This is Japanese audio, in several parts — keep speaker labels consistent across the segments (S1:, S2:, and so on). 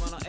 S1: もの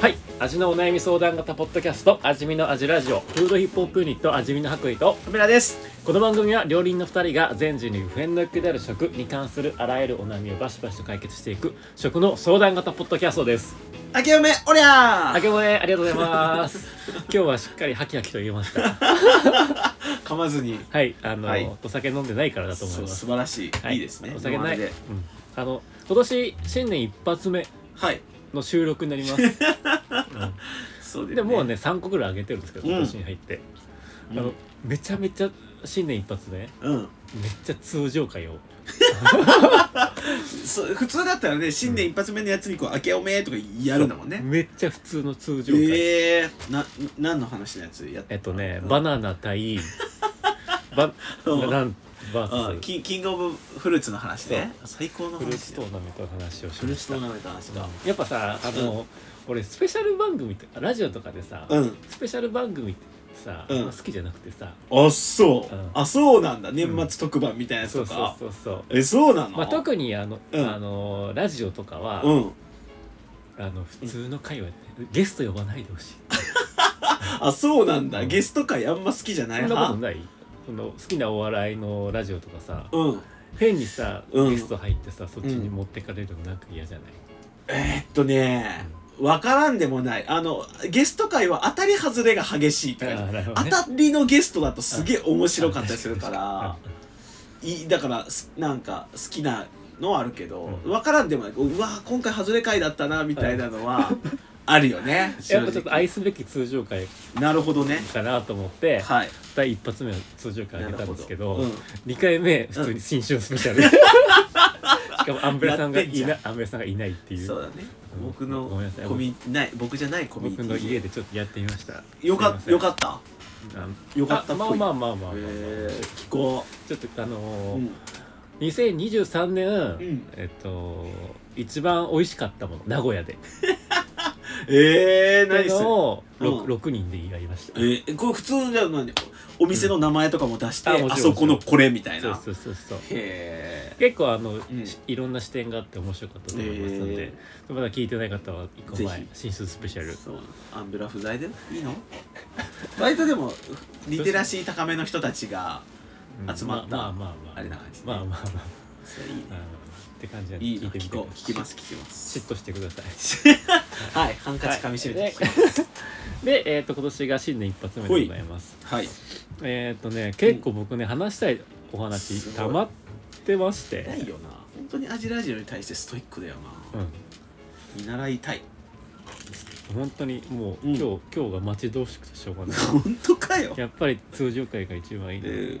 S2: はい味のお悩み相談型ポッドキャスト味見の味ラジオフードヒップホップユニット味見の白衣と
S3: カメラです
S2: この番組は料理人の2人が全人類不変の欲求である食に関するあらゆるお悩みをバシバシと解決していく食の相談型ポッドキャストです
S3: 明けおめおりゃ
S2: あけもねありがとうございます 今日はしっかりハキハキと言えました
S3: ー噛まずに
S2: はいあの、
S3: はい
S2: お酒飲んでないからだと思い
S3: そう
S2: ます
S3: 素晴らしい、、
S2: はい
S3: いですね
S2: お酒ない、
S3: 生
S2: うん
S3: で、
S2: あの今年新年一発目
S3: はい
S2: の収録になり ます、
S3: そう
S2: うん
S3: です
S2: でもうね3個ぐらい上げてるんですけど
S3: うん
S2: 今年に入って、
S3: うん
S2: あのめちゃめちゃ新年一発目めっ
S3: うん
S2: ちゃ通常会を
S3: そう普通だったらね新年一発目のやつにこう「明けおめ」とかやるんだもんね
S2: めっちゃ普通の通常会、
S3: ええー、な何の話のやつやっ
S2: えっとね、
S3: うん
S2: バナナ 対バ
S3: うん
S2: ナナバ
S3: あ
S2: ース
S3: キンキングオブフルーツの話ね最高の
S2: フルー
S3: 話
S2: ツ
S3: だ
S2: ト
S3: よ
S2: ーナメントの話をし
S3: フル
S2: ま
S3: ーツ
S2: し
S3: ト
S2: た
S3: ーナメントの話だ
S2: やっぱさあの、俺スペシャル番組とかラジオとかでさ、
S3: うん
S2: スペシャル番組ってさ、
S3: うん
S2: 好きじゃなくてさ
S3: あそううんあそうなんだ年末特番みたいなやつ
S2: そ
S3: と
S2: うそう
S3: か
S2: そうそう
S3: えそうなの
S2: まあ、特にあの、
S3: うん
S2: あのラジオとかは、
S3: うん
S2: あの普通の会話で、ゲスト呼ばないでほしい
S3: あそうなんだ
S2: うん
S3: ゲスト界あんま好きじゃない
S2: そんなこと
S3: 派
S2: ないその好きなお笑いのラジオとかさ
S3: うん
S2: 変にさ、
S3: うん
S2: ゲスト入ってさそっちに持ってかれるのなんか嫌じゃない、
S3: えっとねわからんでもないあのゲスト界は当たり外れが激しいって感じ
S2: あーなるほど
S3: 当
S2: ね
S3: たりのゲストだとすげえ面白かったりするから
S2: あ
S3: いいだからすなんか好きなのはあるけど、
S2: うん
S3: 分からんでもないうわ今回外れ回だったなみたいなの はあるよね
S2: やっぱち
S3: 正
S2: ょっと
S3: 直
S2: 愛すべき通常会
S3: なるほどね
S2: かなと思って、
S3: はい
S2: 第一発目の通常会あげたんですけ
S3: な
S2: ど
S3: るほ
S2: 二回目普通に新春スペシャ ル、しかもアンブレさんがい
S3: や
S2: な
S3: っ
S2: アンブレさんがいないって
S3: うん
S2: いう
S3: そうだね
S2: うん
S3: 僕
S2: ごめん
S3: の
S2: なさい
S3: コミない僕じゃないコミュニテ
S2: 僕
S3: ィ
S2: の家でちょっとやってみました
S3: よか
S2: すい
S3: よ
S2: ませ
S3: か
S2: ん
S3: った
S2: あ
S3: よかったっ
S2: ま
S3: ぽ
S2: あ
S3: い
S2: まあまあまあ、
S3: えー、聞こ
S2: ちょっとあ
S3: う、う
S2: のー
S3: ん、
S2: 2023年、
S3: ん
S2: えっと一番美味しかったもの名古屋で
S3: えー、
S2: って
S3: 何
S2: いう
S3: する
S2: のを
S3: う
S2: 6,
S3: ん
S2: 六人でやりました
S3: えー、これ普通じゃ何お店の名前とかも出して、
S2: うんあもちろん
S3: あそこのこれみたい
S2: そう
S3: な
S2: そうそうそう
S3: へ
S2: 結構あの、
S3: ん
S2: しいろんな視点があって面白かったと思いますので、
S3: え
S2: まだ聞いてない方は1個前
S3: ぜ
S2: 新春スペシャ
S3: え
S2: ル
S3: そうアンブラ不在でいいの バイトでもリテラシー高めの人たちが
S2: うん
S3: 集まった
S2: まあまあまあまあ
S3: あれな感じね
S2: まあまあまあ
S3: それいいね
S2: あのって感じなんで
S3: いい
S2: 聞
S3: の
S2: いてみ
S3: 聞
S2: て
S3: こう聞きますす聞きます
S2: 嫉妬してください
S3: はいハンカチ噛みしめて聞きます
S2: で、えー、と今年が新年一発目でございます
S3: はい
S2: えっ、とね結構僕ね、話したいお
S3: す
S2: 話
S3: ごい
S2: たまってまして
S3: ないよな本当にアジラジオに対してストイックだよな見習い たい
S2: うん本当にもう、
S3: うん
S2: 今日今日が待ち遠しくてしょうがない
S3: 本当かよ
S2: やっぱり通常会が一番いい、
S3: えー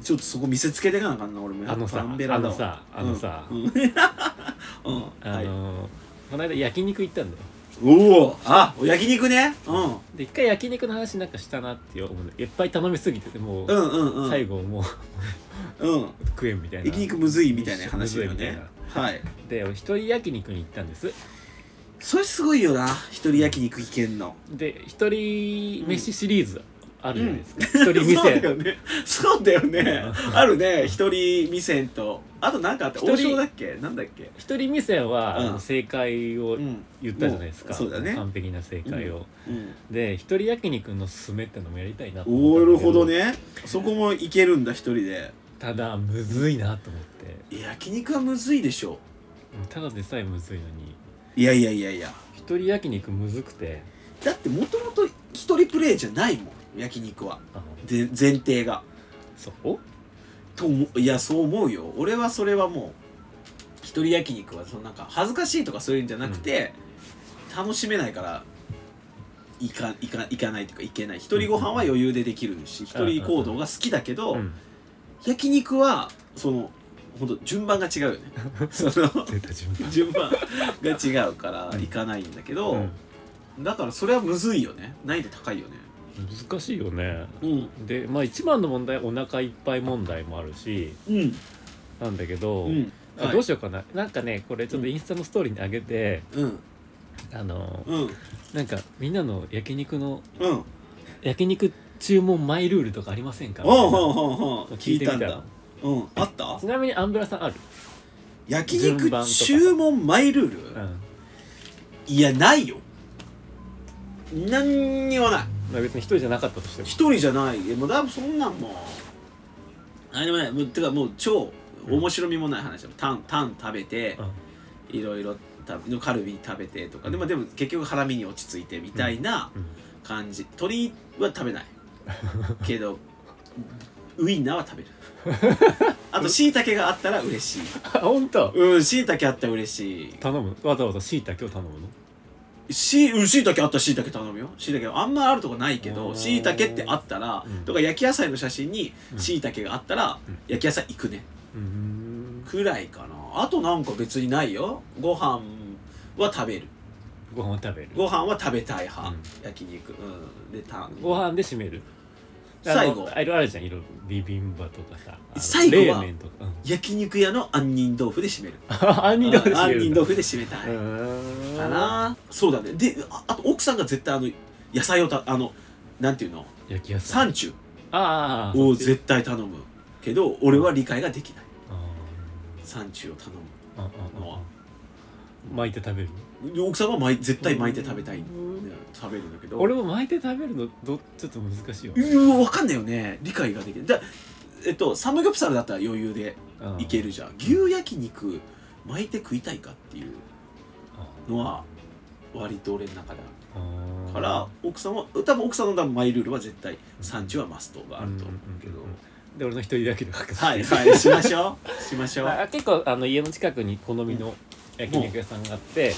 S3: ちょっとそこ見せつけてかなあかんな俺もやっぱ
S2: あのさ
S3: アンベラだわ
S2: あのさあのさ
S3: うんうん うん
S2: あ
S3: はい
S2: のーこの間焼肉行ったんだよ
S3: おおあ焼肉ねうん
S2: で一回焼肉の話なんかしたなって思うんだけどいっぱい頼みすぎてて
S3: う
S2: もう、
S3: んうんうん
S2: 最後もう
S3: うん
S2: 食えんみたいな
S3: 焼肉むずいみたいな話だよ
S2: むずいみ
S3: ね
S2: たい
S3: はい
S2: で俺一人焼肉に行ったんです
S3: それすごいよな一人焼肉いけんの
S2: で一人飯シリーズあるじゃないですか一、人
S3: そうだ
S2: 店
S3: よねそうだよねあるね一人味仙とあとなんかあって
S2: 一人
S3: 王将だっけなんだっけ
S2: 一人店は、
S3: うん
S2: あの正解を
S3: うん
S2: 言ったじゃないですか、
S3: もうそうだね
S2: 完璧な正解を、
S3: うん
S2: で一人焼肉のすすめってのもやりたいなと思
S3: お
S2: った
S3: ーな
S2: ん
S3: る
S2: だけ
S3: ほどねそこもいけるんだ一人で
S2: ただむずいなと思って
S3: いや焼肉はむずいでしょ
S2: ただでさえむずいのに
S3: いやいやいやいや
S2: 一人焼肉むずくて
S3: だってもともと一人プレイじゃないもん焼肉は
S2: あの
S3: で前提が
S2: そう
S3: と思ういやそう思うよ俺はそれはもう一人焼肉はそのなんか恥ずかしいとかそういうんじゃなくて、楽しめないからいかいかいかないというかいけない一人ご飯は余裕でできるし一人行動が好きだけど、
S2: うん
S3: 焼肉はその本当順番が違う よねその
S2: 絶対順番
S3: 順番が違うから行かないんだけど、だからそれはむずいよね難易度高いよね
S2: うん難しいよね
S3: うん
S2: でまあ一番の問題はお腹いっぱい問題もあるし
S3: うん
S2: なんだけど、
S3: うん
S2: あどうしようかななんかねこれちょっとインスタのストーリーに上げて、
S3: うん
S2: あの
S3: うん
S2: なんかみんなの焼肉の
S3: うん
S2: 焼肉注文マイルールとかありませんかみたい
S3: お
S2: な
S3: うほうほうほう
S2: 聞
S3: 聞
S2: い
S3: い
S2: てみ
S3: た
S2: た
S3: ん
S2: ら
S3: だうんあった
S2: ちなみにアンブラさんある、
S3: 焼
S2: 順
S3: 肉
S2: 番とか
S3: 注文マイルール、
S2: うん
S3: いやないよ何にもない
S2: まあ、別に一人じゃなかったとしても
S3: 一人じゃないもうだいぶそんなんもう何でもないもうてかもう超面白みもない話だもんタンタン食べて、いろいろ食べカルビ食べてとかでもでも結局ハラミに落ち着いてみたいな
S2: うんうん
S3: 感じ鳥は食べないけどウインナーは食べる あとしいたけがあったら嬉しい
S2: あ本当
S3: うんしいたけあったら嬉しい
S2: 頼むわざわざしいたけを頼むの
S3: しうんしいたけあったらしいたけ頼むよしいたけあんまあるとこないけ
S2: お
S3: ど
S2: ー
S3: しいたけってあったら、
S2: うん
S3: とか焼き野菜の写真に
S2: うん
S3: しいたけがあったら、
S2: うん
S3: 焼き野菜行くね
S2: うーん
S3: くらいかなあとなんか別にないよご飯は食べる
S2: ご飯を食べる
S3: ご飯は食べたい派、
S2: うん
S3: 焼肉うんでタン
S2: ご飯で締めるあの
S3: 最後
S2: あいろいろあるじゃんいろいろビビンバとかさあの
S3: 最後は
S2: 冷麺とか、うん
S3: 焼肉屋の杏仁豆腐で締める
S2: あ杏仁豆腐で締め
S3: 杏
S2: る
S3: 仁
S2: ん だ
S3: 豆腐で締めたい、
S2: うーん
S3: かなそうだねでああと奥さんが絶対あの野菜をたあのなんていうの
S2: 焼き野菜
S3: サンチュ
S2: ああ
S3: を
S2: そっち
S3: 絶対頼むけど俺は理解ができない
S2: あ
S3: サンチュを頼
S2: ーあ
S3: むのは
S2: ああ巻いて食べる
S3: で奥さんは巻い絶対巻いて食べたい、ね
S2: うん、
S3: 食べるんだけど
S2: 俺も巻いて食べるのどちょっと難しいよね
S3: うん分かんないよね理解ができないだえっとサムギョプサルだったら余裕でいけ
S2: る
S3: るじゃん牛焼肉巻いて食いたいかっていうのは割と俺の中であるから奥さんは多分奥さんの多分マイルールは絶対産地はマストがあると思うけど、
S2: うんうんうんで俺の一人だけで吐く
S3: はいはいしましょうしま しょう、
S2: まあ結構あの家の近くに好みの焼肉屋さんがあって、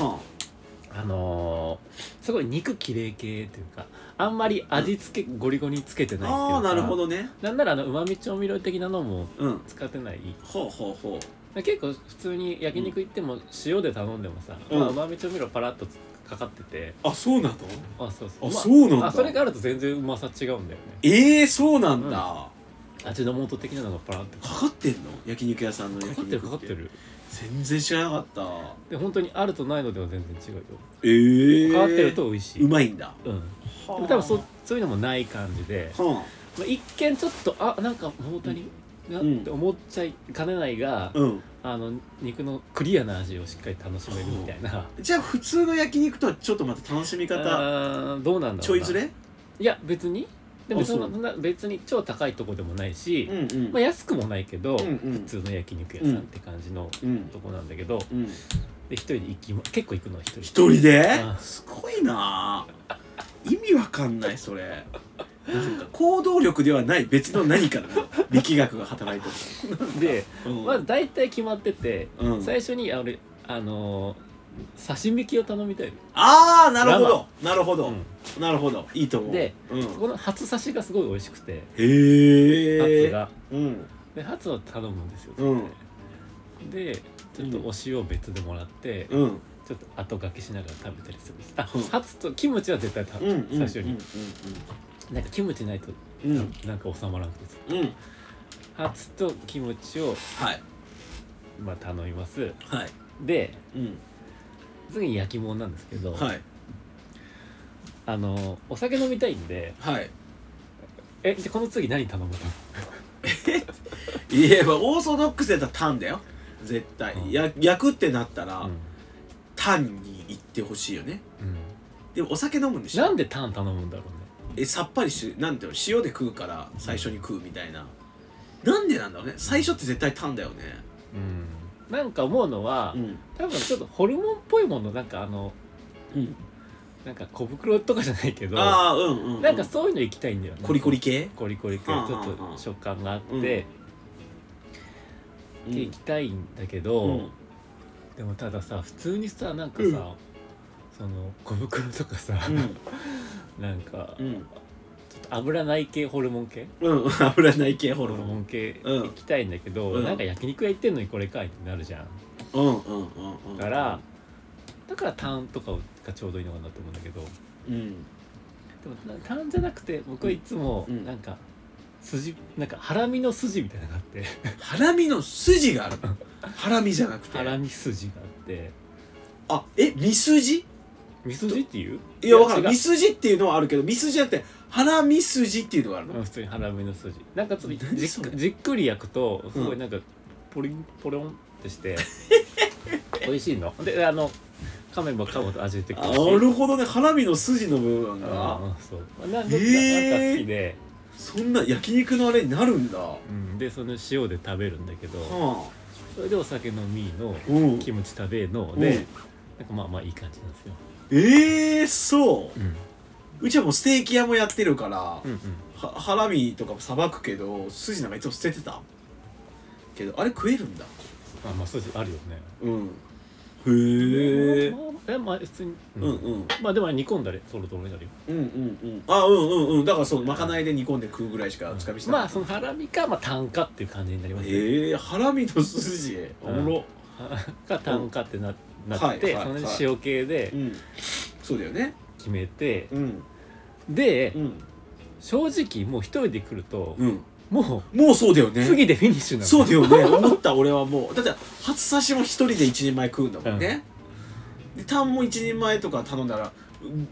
S2: あのーすごい肉きれい系というかあんまり味付け、ゴリゴリにつけて
S3: うん、
S2: ないっていうか
S3: ああなるほどね
S2: なんならあの旨味調味料的なのも
S3: うん
S2: 使ってない
S3: ほうほうほう
S2: 結構普通に焼肉行っても塩で頼んでもさ、
S3: うん
S2: まあ、旨味調味料パラッとかかってて
S3: あそうなの
S2: あそうそ
S3: あ
S2: うまあ
S3: そうなんだ
S2: あそれがあると全然うまさ違うんだよね
S3: ええー、そうなんだ、
S2: 味の素的なのがパラッと
S3: かかってんの焼肉屋さんの
S2: か
S3: 焼
S2: かって
S3: 肉
S2: るかかってる
S3: 全然知らなかった
S2: で本当にあるとないのでは全然違うよ
S3: ええ
S2: 変わってると美味しい、
S3: うまいんだ
S2: うん、
S3: 多
S2: でも多分そそういうのもない感じで、
S3: は
S2: まあ、一見ちょっとあなんか物足りなって思っちゃいかねないが、
S3: あうん
S2: あの肉のクリアな味をしっかり楽しめるみたいな、
S3: じゃあ普通の焼肉とはちょっとまた楽しみ方
S2: あーどうなんだろうな
S3: ちょいずれ
S2: いや別にでも
S3: あ
S2: そ
S3: そうん
S2: な別に超高いとこでもないし、
S3: うんうん
S2: まあ、安くもないけど、
S3: うんうん
S2: 普通の焼肉屋さんって感じの
S3: うん
S2: とこなんだけどで
S3: うん
S2: 一人で行きま結構行くのは一人
S3: 一人で
S2: うん
S3: すごいな意味わかんないそれなんか行動力ではない別の何かの力学が働いて
S2: で
S3: る、うん、
S2: まず大体決まってて、
S3: うん
S2: 最初にあれあのー刺身系を頼みたい
S3: ああなるほどなるほど、
S2: う
S3: なるほどいいと思う
S2: で、
S3: うん
S2: ん、この初刺しがすごい美味しくてハ
S3: へ
S2: ツ
S3: え
S2: が
S3: うん
S2: でハツを頼むんですよ、でちょっとお塩を別でもらって、
S3: うん
S2: ちょっと後掛けしながら食べたりするんですあ、
S3: うん
S2: ハツとキムチは絶対食
S3: うんう
S2: べ
S3: ん
S2: る、最初に、
S3: う
S2: なんかキムチないと
S3: んうん
S2: ななんか収まらなくて
S3: うんうん
S2: ハツとキムチを、
S3: はい
S2: まあ、頼みます
S3: はい
S2: で
S3: うん
S2: 次に焼き物なんですけど、
S3: はい
S2: あのお酒飲みたいんで
S3: はい
S2: えじゃあこの次何頼むと
S3: いえばオーソドックスやったらタンだよ絶対、
S2: うん
S3: や焼くってなったら、
S2: うん
S3: タンに行ってほしいよね
S2: うん
S3: でもお酒飲むんでしょ
S2: なんでタン頼むんだろうね
S3: えさっぱりしなんていうの塩で食うから最初に食うみたいな、なんでなんだろうね最初って絶対タンだよね
S2: うんなんか思うのは、
S3: うん
S2: 多分ちょっとホルモンっぽいものなんかあの
S3: うん
S2: なんか小袋とかじゃないけどな
S3: ああうんうん、うん、
S2: んかそういうの行きたいんだよね
S3: コリコリ系
S2: コリコリ系ち
S3: はあ
S2: ょ
S3: はあ
S2: っと食感があって、
S3: うん
S2: で
S3: うん
S2: 行きたいんだけど、
S3: うん
S2: でもたださ普通にさなんかさ、
S3: うん
S2: その小袋とかさ、
S3: うん
S2: なんか、
S3: う
S2: ちょ
S3: ん
S2: っと油ない系ホルモン系
S3: うん油ない系ホ
S2: ホ
S3: ル
S2: ル
S3: モ
S2: モ
S3: ン
S2: ン系
S3: うん
S2: 行きたいんだけど、
S3: うん
S2: なんか焼肉屋行ってんのにこれかいってなるじゃん
S3: うんうんうんうん
S2: だから、だからターンとかがちょうどいいのかなと思うんだけどで
S3: うん
S2: もなターンじゃなくて僕はいつも
S3: うん
S2: なんか、筋なんかハラミの筋みたいなのがあって
S3: ハラミの筋があるハラミじゃなくて
S2: ハラミ筋があって
S3: あえミスジ
S2: ミ筋っていう
S3: いやわかんないミ
S2: 違う
S3: スジっていうのはあるけどミスジじゃなくてハラミスジっていうのがあるの、
S2: うん普通にハラミの筋なんかちょっと
S3: 何
S2: じっ
S3: それ
S2: くじっくり焼くとすごいなんかポリンポロンってして 美味しいのであの噛めば噛むと味出てくるし
S3: あなるほどねハラミの筋の部分が、
S2: うんそうななんか
S3: へー
S2: 好きで、
S3: そんな焼肉のあれになるんだは
S2: うん、でその塩で食べるんだけど
S3: あ
S2: それでお酒飲みの
S3: うん
S2: キムチ食べの
S3: うん
S2: でなんかまあまあいい感じなんですよ、
S3: ええー、そう
S2: うん、
S3: うちはもうステーキ屋もやってるから、
S2: うん
S3: はハラミとかもさばくけど筋なんかいつも捨ててたけどあれ食えるんだ
S2: まあまあそうですあるよね
S3: うんへえ
S2: まあまあえまあ普通に、
S3: うんうん
S2: まあでも煮込んだりそろそろになるよ
S3: うんうんうんあうんうんうんだからそうまかないで煮込んで食うぐらいしかつかみしない
S2: まあそのハラミかまあ単価っていう感じになりますね、
S3: ええー、ハラミの筋おもろ
S2: か 単価ってななって、
S3: はいはいはい
S2: その辺塩系で
S3: うんそうだよね
S2: 決めて、
S3: うん
S2: で、
S3: うん
S2: 正直もう一人で来ると、
S3: うん
S2: も
S3: もうそうだよ
S2: う
S3: ね
S2: 次でフィニッシュなの
S3: そうだよね思った俺はもうだって初刺しも一人で一人前食うんだもんね、でタンも一人前とか頼んだら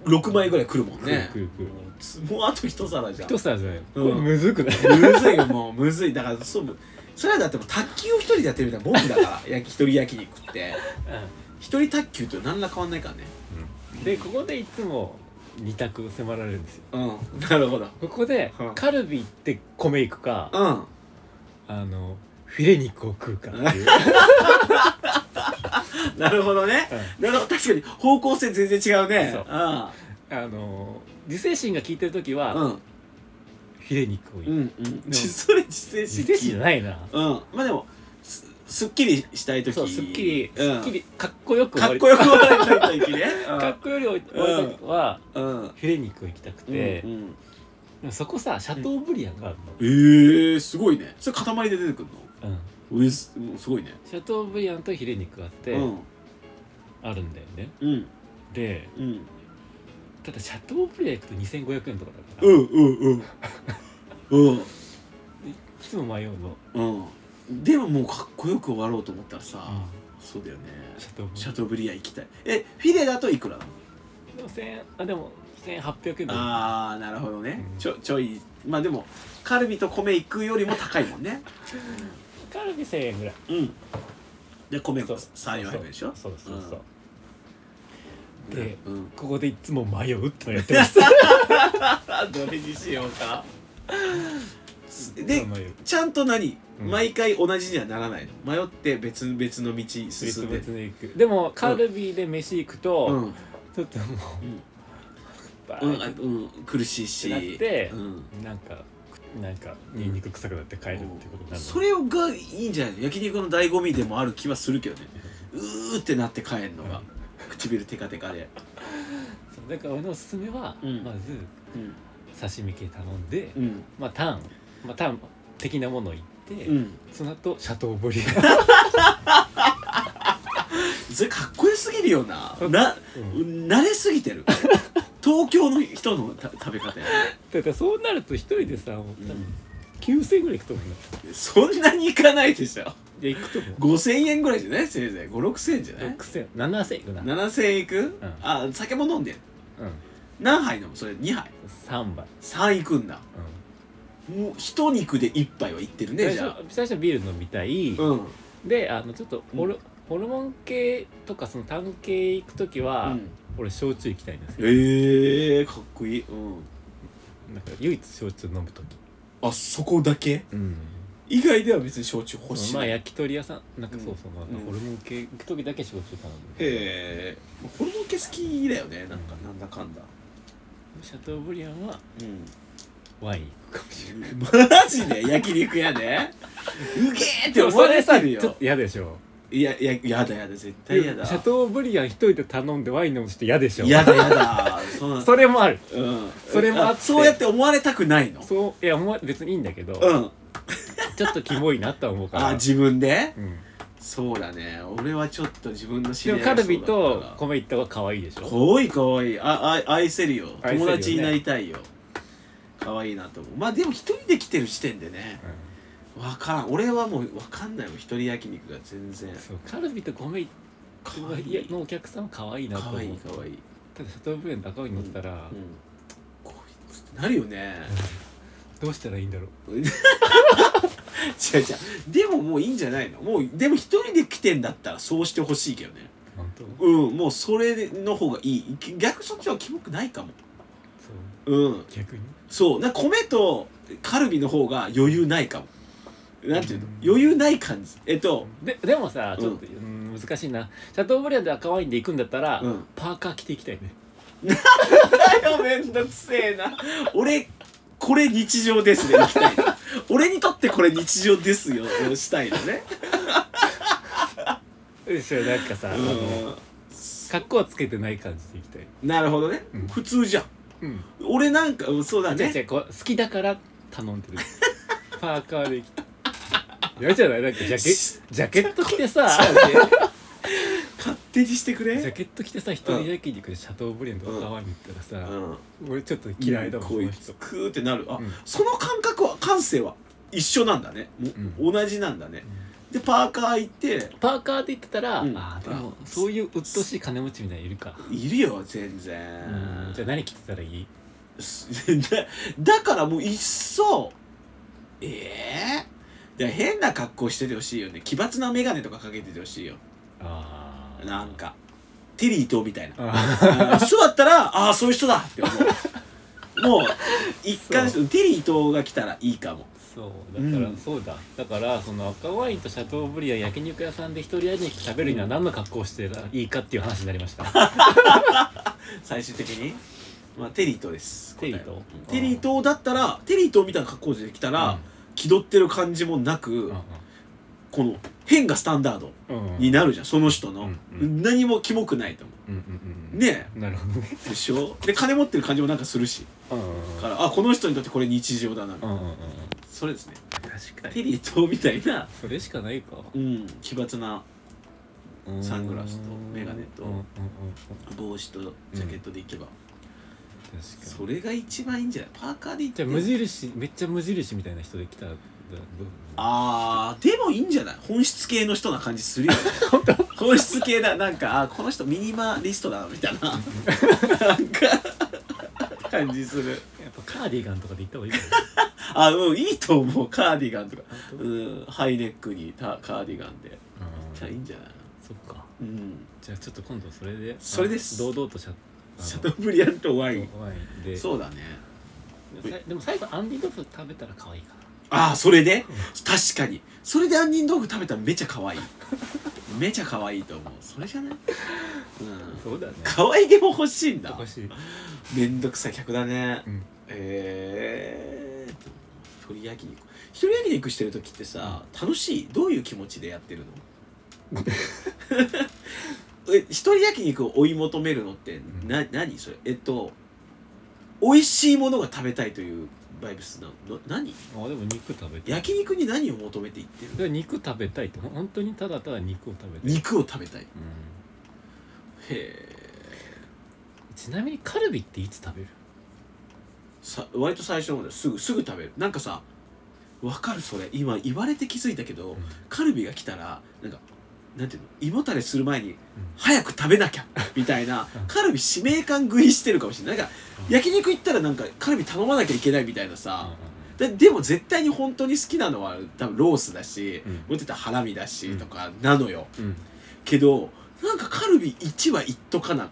S3: 6枚ぐらい来るもんね
S2: 来る来る
S3: もうあと一皿じゃん
S2: 一皿じゃない、
S3: うん
S2: これむずくない
S3: むずいよもうむずいだからそうそれはだってもう卓球を一人でやってるみたいなもんだから焼き一人焼肉って一人卓球と何ら変わんないからね
S2: でここでいつも二択迫られるんですよ
S3: うんなるほど
S2: ここで
S3: うん
S2: カルビ行って米行くか
S3: うん
S2: あのフィレ肉を食うかっていう
S3: なるほどね、なるほど確かに方向性全然違うね
S2: そうあの自制心が効いてる時は、
S3: うんうん
S2: フィレ肉を
S3: う
S2: 言う、
S3: んうんそれ自制
S2: 自
S3: 心
S2: 制心じゃないな
S3: うんまあでもすすっきりしたい時
S2: そうすっきり、
S3: うん
S2: すっきりかっこよく
S3: かっ
S2: り
S3: こよく笑いたい時 ね
S2: かっこより終わりたい時は、
S3: うんうん
S2: フィレ肉を行きたくて、
S3: うんうん
S2: でもそこさシャトーブリアンがある
S3: えー、すごいねそれ塊で出てくる
S2: の、うん
S3: のうえすうんすごいね
S2: シャトーブリアンとフィレ肉があって、
S3: うん
S2: あるんだよね
S3: うん
S2: で
S3: うん
S2: ただシャトーブリアン行くと2500円とかだから、
S3: う
S2: い
S3: んうんうんうん
S2: つも迷うの、
S3: うんでももうかっこよく終わろうと思ったらさ、そうだよね
S2: シャトーブリアン
S3: シャトーブリアン行きたいえフィレだといくらなの
S2: でも千あでも1800円だよ
S3: ああなるほどね、
S2: うん
S3: ちょちょいまあでもカルビと米行くよりも高いもんね
S2: カルビ1000円ぐらい
S3: うんで米
S2: そう
S3: 3400円でしょ
S2: そうそうそうそう、
S3: うん
S2: で
S3: うん、
S2: ここでいつも迷うってのやってました
S3: あ どれにしようか
S2: い
S3: で
S2: つも迷う
S3: ちゃんと何、
S2: うん
S3: 毎回同じにはならないの迷って別々の道進
S2: 別
S3: ん
S2: 々
S3: で
S2: で行くでもカルビで飯行くと、
S3: うん
S2: ちょっとも
S3: うん
S2: うバ
S3: う
S2: ー
S3: んあうん、苦しいし
S2: ってなって
S3: うん
S2: なんかくなんかニンニク臭くなって帰るってことになる
S3: それがいいんじゃないの焼肉の醍醐味でもある気はするけどねうーってなって帰んのが、唇テカテカで、
S2: そうだから俺のおすすめは、
S3: うん
S2: まず
S3: うん
S2: 刺身系頼んで、
S3: うん
S2: まあタン、まあ、タン的なもの行って、
S3: うん、
S2: その後シャトーブリ
S3: それかっこよすぎるよな
S2: うん
S3: な
S2: アン、うん
S3: 慣れすぎ てる東京の人のた食べ方やね、
S2: だからそうなると一人でさもう多分
S3: う
S2: 9000円ぐらい行くと思うよ
S3: ん、そんなにいかないでしょ
S2: いや行くと思う
S3: 5000円ぐらいじゃないせいぜい56000円じゃない
S2: 6000 7000円行くな、
S3: 7000円いく、
S2: ん
S3: あ酒も飲んでる
S2: うん、
S3: 何杯飲むそれ2杯
S2: 3杯、
S3: 3いくんだ
S2: う
S3: もう一肉で1杯はいってる
S2: ん、
S3: ね
S2: 最
S3: じゃ
S2: 初最初ビール飲みたい、
S3: あうん
S2: であのちょっとホル,、ホルモン系とかその単系行く時は、
S3: うん
S2: 俺焼酎行きたいんですよ
S3: ええかっこいい、うん、
S2: なんか唯一焼酎飲む時
S3: あそこだけ
S2: うん
S3: 以外では別に焼酎欲しい、
S2: まあ
S3: へ
S2: 焼き鳥屋さんなんかそうそう、なんか
S3: うん
S2: ホルモン系行く時だけ焼酎頼む
S3: えホルモン系好きだよねなんかなんだかんだ
S2: シャトーブリアンは
S3: うん、
S2: ワイン行くかもしれない
S3: マジで焼肉屋でうげーって思われてる
S2: ちょっ
S3: よ
S2: と嫌でしょ
S3: いやいややだやだ絶対やだ
S2: シャトーブリアン一人で頼んでワイン飲む人嫌でしょ
S3: やだやだそんな
S2: それもある
S3: うん
S2: それもあって
S3: そうやって思われたくないの
S2: そういやもう別にいいんだけど、
S3: うん
S2: ちょっとキモいなとは思うから
S3: あ自分で
S2: うん、
S3: そうだね俺はちょっと自分の知
S2: で
S3: り
S2: も
S3: 合い
S2: カ
S3: が
S2: ルビ
S3: そうだ
S2: と
S3: った
S2: 米行った方が可愛いでし
S3: ら
S2: ょ
S3: かわいいかわいいああ愛せるよ
S2: 愛せるよね
S3: 友達になりたいよかわいいなと思うまあでも一人で来てる時点でねわからん俺はもうわかんないもん一人焼肉が全然
S2: うんそうカルビと米行
S3: かわいい
S2: のお客さんは可愛いな
S3: か
S2: と思
S3: わ
S2: う
S3: いいかわいい
S2: ただシャトーブリアンと赤ワイン乗ったら、
S3: うんこいつってなるよね
S2: どうしたらいいんだろう
S3: 違う違うでももういいんじゃないのもうでも一人で来てんだったらそうしてほしいけどね
S2: 本当そう
S3: うんもうそれの方がいい逆にそっちはキモくないかもうん
S2: 逆に
S3: そうなんか米とカルビの方が余裕ないかもなんていうの
S2: うん
S3: 余裕ない感じえっと
S2: ででもさ
S3: うん
S2: ちょっと、うん難しいなシャトーブリアンで赤ワインで行くんだったら、
S3: うん
S2: パーカー着ていきたいね
S3: だよめんどくせえな俺これ日常ですね行きたい の俺にとってこれ日常ですよをしたいのね
S2: でしょなんかさ、あの格好はつけてない感じで行きたい
S3: うんなるほどね、
S2: うん
S3: 普通じゃん
S2: うん
S3: 俺なんかうんそうだ
S2: じゃあ
S3: ね
S2: じゃあこう好きだから頼んでるパーカーで行きたいやじゃないなんかジャケジャケット着てさ
S3: 勝手にしてく
S2: ジャ
S3: れ
S2: ケット着てさ一人焼肉でシャトーブリアンとかワインに行ったら
S3: う
S2: さ、
S3: ん
S2: 俺ちょっと嫌いだもん、
S3: こ
S2: その
S3: い
S2: 人
S3: つクーってなるあ、
S2: うん
S3: その感覚は感性は一緒なんだね、も
S2: う
S3: 同じなんだね、でパーカー行って
S2: パーカーで行ってたら、
S3: うん
S2: あーでもそういう鬱陶しい金持ちみたいないるか、
S3: いるよ全然
S2: うん、じゃあ何着てたらいい
S3: すだだからもういっそええだから変な格好しててほしいよね奇抜な眼鏡とかかけててほしいよ
S2: あー
S3: なんかテリー伊藤みたいな
S2: あ
S3: うん人だったらああそういう人だって思うもう一貫してテリー伊藤が来たらいいかも
S2: ーそうだから、
S3: うん
S2: そうだだからその赤ワインとシャトーブリアン焼肉屋さんで一人焼肉食べるには何の格好をしてたらいいかっていう話になりました
S3: 最終的に、まあ、テリーとです
S2: テリー
S3: 答
S2: と
S3: えはうんテリーとだったらテリーとみたいな格好で来たら、気取ってる感じもなく、この変がスタンダード
S2: うんうんうん
S3: になるじゃんその人の、
S2: うんう
S3: 何もキモくないと思
S2: うん
S3: う
S2: うん
S3: ね
S2: うんなるほどね
S3: えでしょで金持ってる感じもなんかするし
S2: うん
S3: からあこの人にとってこれ日常だな、
S2: うんうんうん
S3: それですね
S2: 確か
S3: テリーとみたいな、
S2: それしかないか
S3: うん、奇抜なサングラスとメガネと
S2: うんうんうんうん
S3: 帽子とジャケットでいけば、
S2: 確か
S3: そ
S2: に
S3: れが一番いいんじゃないパーカーでいっ
S2: じ
S3: て
S2: ゃあ
S3: も
S2: 無印めっちゃ無印みたいな人で来たらどう
S3: あーでもいいんじゃない本質系の人な感じするよね本質系だなんかあーこの人ミニマリストだなみたいななんか感じする
S2: やっぱカーディガンとかで行った方がいいか
S3: あうんいいと思うカーディガンとか
S2: なうん
S3: うんハイネックにたカーディガンでじゃあいいんじゃない
S2: そっか
S3: うん
S2: じゃあちょっと今度それで
S3: それです
S2: あの堂々とシャあの
S3: シャトーブリアンとワイン
S2: ワインで
S3: そうだね
S2: でもさでも最後アンディドフ食べたら可愛いか
S3: ああそれで確かにそれで杏仁豆腐食べたらめちゃ可 愛いめちゃ可愛いと思うそれじゃないうん
S2: なそうだね
S3: 可愛げも欲しいんだ
S2: 欲しい
S3: めんどくさい客だね、
S2: うん
S3: ええー、一人焼肉一人焼肉してる時ってさ楽しいどういう気持ちでやってるのえ一人焼肉を追い求めるのってな何それえっと美味しいものが食べたいというバイブスなのな何
S2: あでも肉食べたい
S3: 焼肉に何を求めていってるの
S2: で肉食べたいってほん本当にただただ肉を食べたい、うん、
S3: 肉を食べたいへえ
S2: ちなみにカルビっていつ食べる
S3: さ割と最初の方ですぐすぐ食べるなんかさわかるそれ今言われて気づいたけど、
S2: ん
S3: カルビが来たらなんかなんていうの胃もたれする前に早く食べなきゃみたいな、
S2: うん
S3: カルビ使命感食いしてるかもしれないなんか、
S2: うん
S3: 焼肉行ったらなんかカルビ頼まなきゃいけないみたいなさ、
S2: う
S3: ででも絶対に本当に好きなのは多分ロースだし、
S2: うん
S3: 持ってたらハラミだし、
S2: うん
S3: とかなのよ
S2: んうん
S3: けどなんかカルビ1は一っか な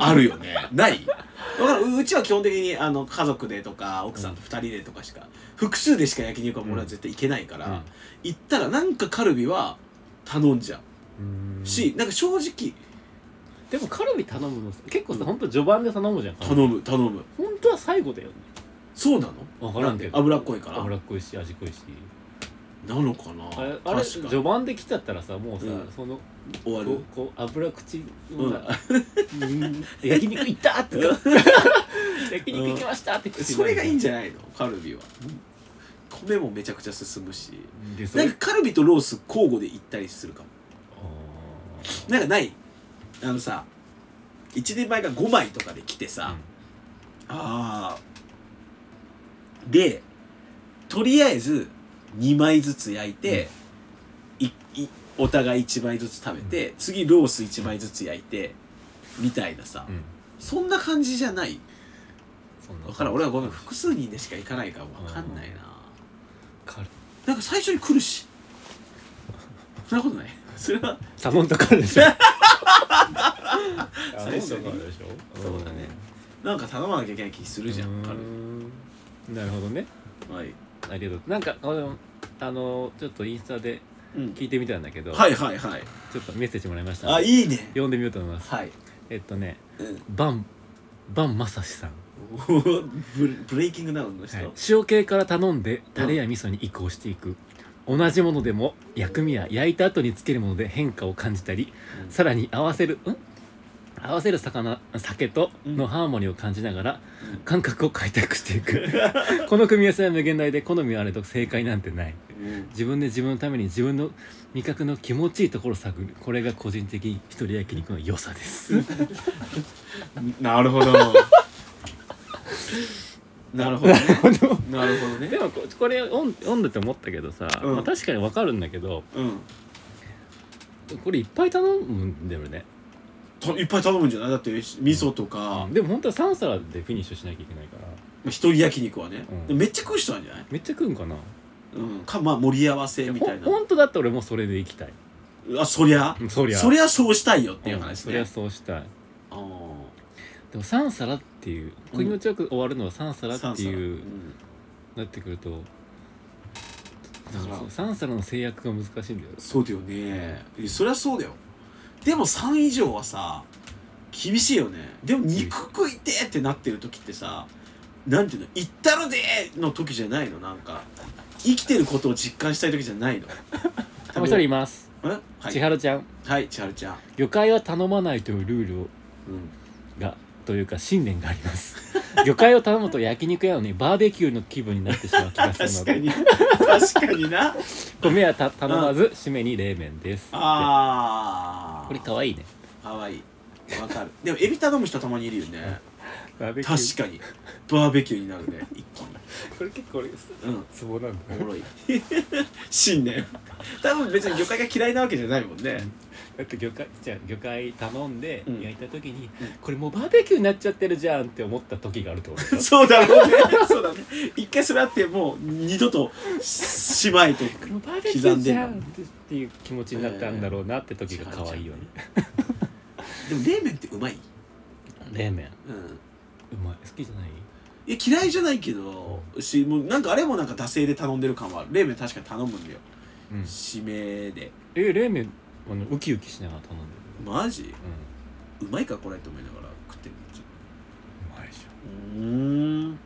S3: あるよねないだからううちは基本的にあの家族でとか奥さんと2人でとかしか、複数でしか焼肉はもう俺は絶対行けないから、行ったらなんかカルビは頼んじゃ
S2: うん
S3: うし、なんか正直
S2: でもカルビ頼むの結構さ、
S3: うん
S2: ほんと序盤で頼むじゃん
S3: 頼む頼む
S2: 本当は最後だよね
S3: そうなの
S2: 分からんけど
S3: なんで脂っこいから
S2: 脂っこいし味濃いし
S3: なのかな
S2: あれあれ
S3: 確か
S2: 序盤で来ちゃったらさもうさ、
S3: うん
S2: その
S3: 終わ
S2: こ
S3: る
S2: うこう油口
S3: う
S2: の
S3: ん
S2: さ、うん焼肉行ったってか 焼肉行きましたって口に
S3: そ
S2: なる
S3: れがいいんじゃないのカルビは米もめちゃくちゃ進むし
S2: でそれ
S3: なんかカルビとロース交互で行ったりするかも
S2: あー
S3: なんかないあのさ1年前が5枚とかで来てさ、ああでとりあえず2枚ずつ焼いて、いいお互い1枚ずつ食べて、次ロース1枚ずつ焼いてみたいなさ、
S2: うんうん
S3: そんな感じじゃない
S2: そんな
S3: だからん俺はごめん複数人でしか行かないから分かんないな、
S2: カル
S3: なんか最初に来るしそんなこと ないそれは
S2: サモンとカルでしょ
S3: 最初に
S2: サモンとカルでしょ
S3: そうだねなんか頼まなきゃいけない気するじゃん
S2: う
S3: カル
S2: んなるほどね
S3: ビはい、
S2: ありがとうなんかあのあのちょっとインスタで
S3: うん、
S2: 聞いてみたんだけど、
S3: はいはいはい
S2: ちょっとメッセージもらいました
S3: あいいね
S2: 読んでみようと思います
S3: はい
S2: えっとね
S3: うん
S2: バンバンマサシさん、
S3: ブレブレイキングダウンの人、
S2: はい塩系から頼んでタレや味噌に移行していく、同じものでも薬味や焼いた後につけるもので変化を感じたり
S3: うん
S2: さらに合わせるん合わせる魚酒と
S3: うん
S2: のハーモニーを感じながら
S3: うん
S2: 感覚を開拓していく この組み合わせは無限大で好みはあれど正解なんてない
S3: うん
S2: 自分で自分のために自分の味覚の気持ちいいところを探るこれが個人的に一人焼肉の良さです
S3: なるほどなるほどねなるほど
S2: で
S3: ね
S2: もここれ読ん読んでて思ったけどさ、
S3: うん
S2: まあ、確かにわかるんだけど
S3: うん
S2: これいっぱい頼むんだよね、
S3: といっぱい頼むんじゃないだって味噌とか、
S2: でも本当は3皿でフィニッシュしなきゃいけないから
S3: 一人焼肉はね、
S2: うん
S3: めっちゃ食う人なんじゃない、
S2: めっちゃ食うんかな
S3: うん、かまあ盛り合わせみたい
S2: ほん本当だって俺もそれでいきたい
S3: なあそりゃ
S2: うんそりゃ
S3: そりゃそうしたいよっていう
S2: うん
S3: 話
S2: そり
S3: ね
S2: ゃ、そうしたい
S3: あー
S2: でも3皿っていう
S3: うん
S2: 気持ちよく終わるのは3皿
S3: 三
S2: って
S3: 皿
S2: いう、
S3: ん
S2: なってくると
S3: だから
S2: 3皿の制約が難しいんだよ
S3: そうだよねそりゃそうだよでも3以上はさ厳しいよねでも肉食いてーってなってる時ってさなんていうの「行ったるで!」の時じゃないのなんか生きてることを実感したい時じゃないの
S2: もう一人います、
S3: えは
S2: 千
S3: い、
S2: 春ちゃん
S3: はい、千春ちゃん、
S2: 魚介は頼まないというルールを
S3: うん、
S2: がというか信念があります 魚介を頼むと焼肉やのにバーベキューの気分になってしまう気が
S3: 確
S2: するの
S3: か
S2: で
S3: に確かに な
S2: 米はた頼まず締めに冷麺です
S3: ああ
S2: これかわいいね
S3: かわいいわかるでもエビ頼む人たまにいるよね
S2: バーベ
S3: 確かにバーベキューになるね一気に
S2: これ結構俺
S3: うん
S2: ツボなん
S3: おもろい 信念多分別に魚介が嫌いなわけじゃないもんね
S2: だって魚介じゃあ魚介頼んで
S3: うん
S2: 焼いた時
S3: う
S2: に、
S3: ん
S2: これもうバーベキューになっちゃってるじゃんって思った時があると思う
S3: そうだろう ねそうだね一回それあってもう二度としまいと
S2: これもうバーベキューじゃんっていう気持ちになったんだろうなって時が可愛いよね、
S3: でも冷麺ってうまい
S2: 冷麺
S3: うん
S2: うまい好きじゃない
S3: いや嫌いじゃないけどしもうなんかあれもなんか惰性で頼んでる感はある冷麺確かに頼むんだよ
S2: うん
S3: 締めで
S2: え冷麺あのウキウキしながら頼んでる
S3: マジ
S2: う
S3: うまいかこれって思いながら食ってるんですよ
S2: んうまいでしょ
S3: うーん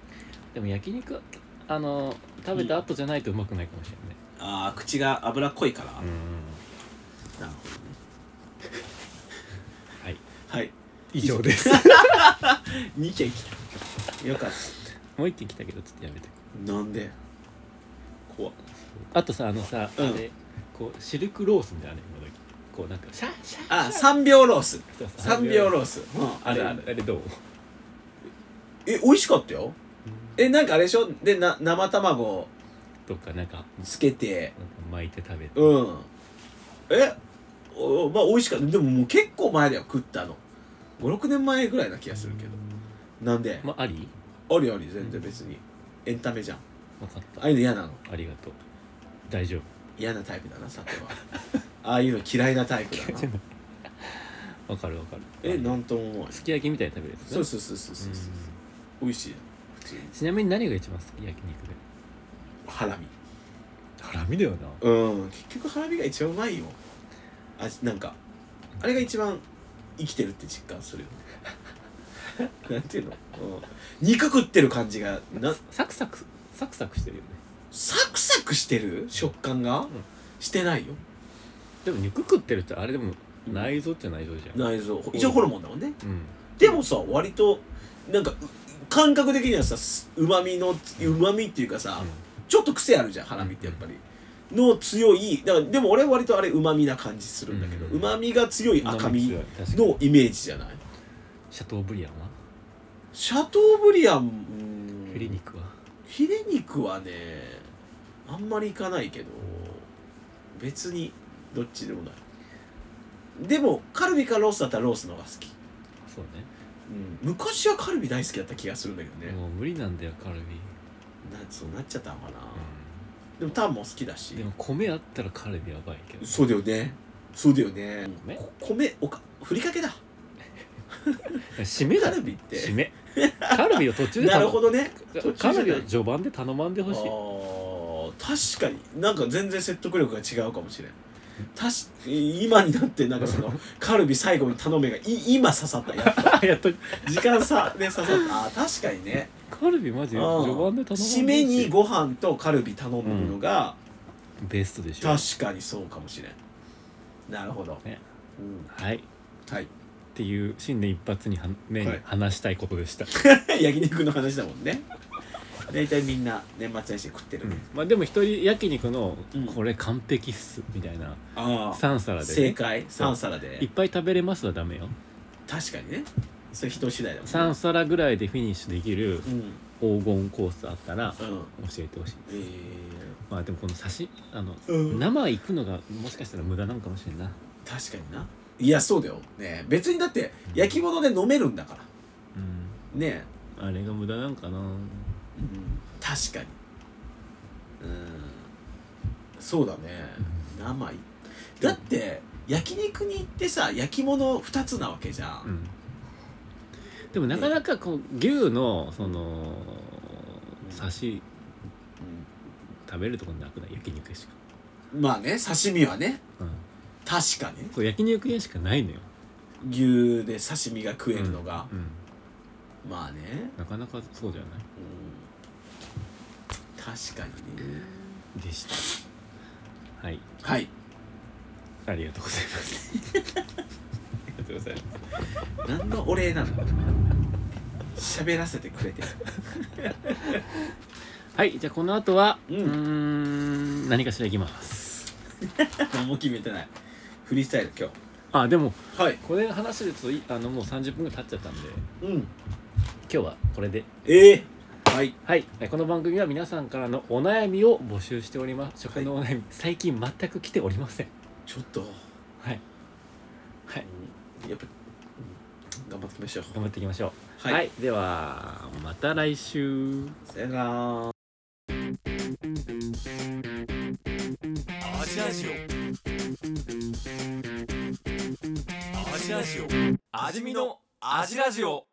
S2: でも焼肉はあの食べた後じゃないとうまくないかもしれないね
S3: あー口が脂っこいから、
S2: ん
S3: なるほどね
S2: はい
S3: はい
S2: 以上です
S3: 2件来たよかっ
S2: もう一点来たけどちょっとやめて
S3: たなんで怖っ
S2: あとさあのさ、
S3: うん
S2: あれこうシルクロースみたいなの今時こうなんかシャッシャッ
S3: あ3秒ロース
S2: そうそう
S3: 3秒ロース、うん、あ
S2: あれ
S3: るあ
S2: あ
S3: る
S2: れどう
S3: え美味しかったよえなんかあれでしょでな生卵
S2: とかなんか
S3: つけて
S2: なんか巻いて食べて、
S3: うんえおまあ美味しかったでももう結構前だよ食ったの56年前ぐらいな気がするけどなんで、
S2: まああり
S3: あるあり全然別にエンタメじゃん
S2: 分かっ
S3: あ
S2: た
S3: あいうの嫌なの
S2: ありがとう大丈夫
S3: 嫌なタイプだな さてはああいうの嫌いなタイプだな
S2: わかるわかる
S3: えなんとも思わない
S2: すき焼きみたいに食べるやつね
S3: そうそうそうそうそうそう美味しい普通に
S2: ちなみに何が一番好き焼肉で
S3: ハラミ
S2: ハラミだよな
S3: うん結局ハラミが一番うまいよあなんかあれが一番生きてるって実感するよ ねなんていうの、うん、肉食ってる感じがな
S2: サクサクサクサクしてるよね
S3: サクサクしてる食感が、してないよ
S2: でも肉食ってるってあれでも内臓って内臓じゃん、
S3: 内臓一応ホルモンだもんね
S2: うん、
S3: でもさ割となんかう感覚的にはさうまみのうまみっていうかさ、
S2: うん
S3: ちょっと癖あるじゃんハラミってやっぱり、の強いだからでも俺は割とあれうまみな感じするんだけど
S2: うん
S3: うまみが強い赤身
S2: うまみ強い確かに
S3: のイメージじゃない
S2: シャトーブリアンは
S3: シャトーブリアンうん
S2: フィレ肉は
S3: ヒレ肉はねあんまりいかないけど別にどっちでもないでもカルビかロースだったらロースの方が好き、
S2: そう
S3: うん、昔はカルビ大好きだった気がするんだけど
S2: ね
S3: ね、
S2: もう無理なんだよカルビ、
S3: なそうなっちゃったのかな、
S2: う
S3: でもタンも好きだし
S2: ん、でも米あったらカルビやばいけど
S3: そうだよねそうだよね
S2: 米
S3: こ米おかふりかけだ
S2: 締め
S3: カ
S2: だ
S3: ルビって
S2: 締めカルビを途中で
S3: な
S2: 頼
S3: る
S2: む
S3: ほどね
S2: カルビ
S3: あ
S2: を序盤で頼まんでほしい
S3: ー確かになんか全然説得力が違うかもしれんたし今になってなんかそ のカルビ最後に頼めがい今刺さったやっ
S2: やっと
S3: と時間差で刺さったあー確かにね
S2: カルビマジで
S3: うん
S2: 序盤で頼まんでほしい
S3: 締めにご飯とカルビ頼むのが、
S2: ベストでしょ
S3: 確かにそうかもしれんなるほど、
S2: ね
S3: うん、
S2: はいっ
S3: はい
S2: ていう新年一発には目に
S3: はい
S2: 話したいことでした、
S3: 焼肉の話だもんね大体みんな年末年始食ってる、
S2: うんまあでも一人焼肉の
S3: うん
S2: これ完璧っすみたいな
S3: ああ
S2: 3皿でね、
S3: 正解3皿
S2: いっ
S3: で
S2: ぱい食べれますはダメよ
S3: 確かにねそれ人次第だもんね
S2: 3皿ぐらいでフィニッシュでき
S3: う
S2: る
S3: ん
S2: 黄金コースあったら
S3: うん
S2: 教えてほしい
S3: え
S2: まあでもこの刺しあの
S3: ーうん
S2: 生行くのがもしかしたら無駄なのかもしれんな、
S3: 確かにないやそうだよね別にだって焼き物で飲めるんだから
S2: うん、
S3: ね
S2: あれが無駄なんかな
S3: うん、確かにうんそうだね生いだって焼肉に行ってさ焼き物2つなわけじゃん、
S2: うんでもなかなかこう牛のその
S3: うん
S2: 刺し食べるとこなくない焼肉屋しか、
S3: うんまあね刺身はね
S2: うん、
S3: 確かにね
S2: そう焼肉屋しかないのよ
S3: 牛で刺身が食えるのが
S2: う、んうん
S3: まあね、
S2: なかなかそうじゃない
S3: うん、確かにね
S2: でしたはい
S3: はい
S2: ありがとうございますありがとうございます
S3: 何のお礼なの喋らせてくれて
S2: はいじゃあこの後はう
S3: うん
S2: ーん何かしらいきます
S3: 何も決めてないフリースタイル今
S2: あでも
S3: 日はい
S2: これ話でちょっといあのもう30分ぐらい経っちゃったんで
S3: うん
S2: 今日はこれで
S3: ええはい
S2: はいえこの番組は皆さんからのお悩みを募集しております食のお悩み、最近全く来ておりません
S3: ちょっと、
S2: はいはい
S3: うんやっぱうん頑張っていきましょう
S2: 頑張っていきましょう
S3: はい、
S2: はい、ではまた来週
S3: さよなら
S1: アジラジオアジラジオ味見のアジラジオ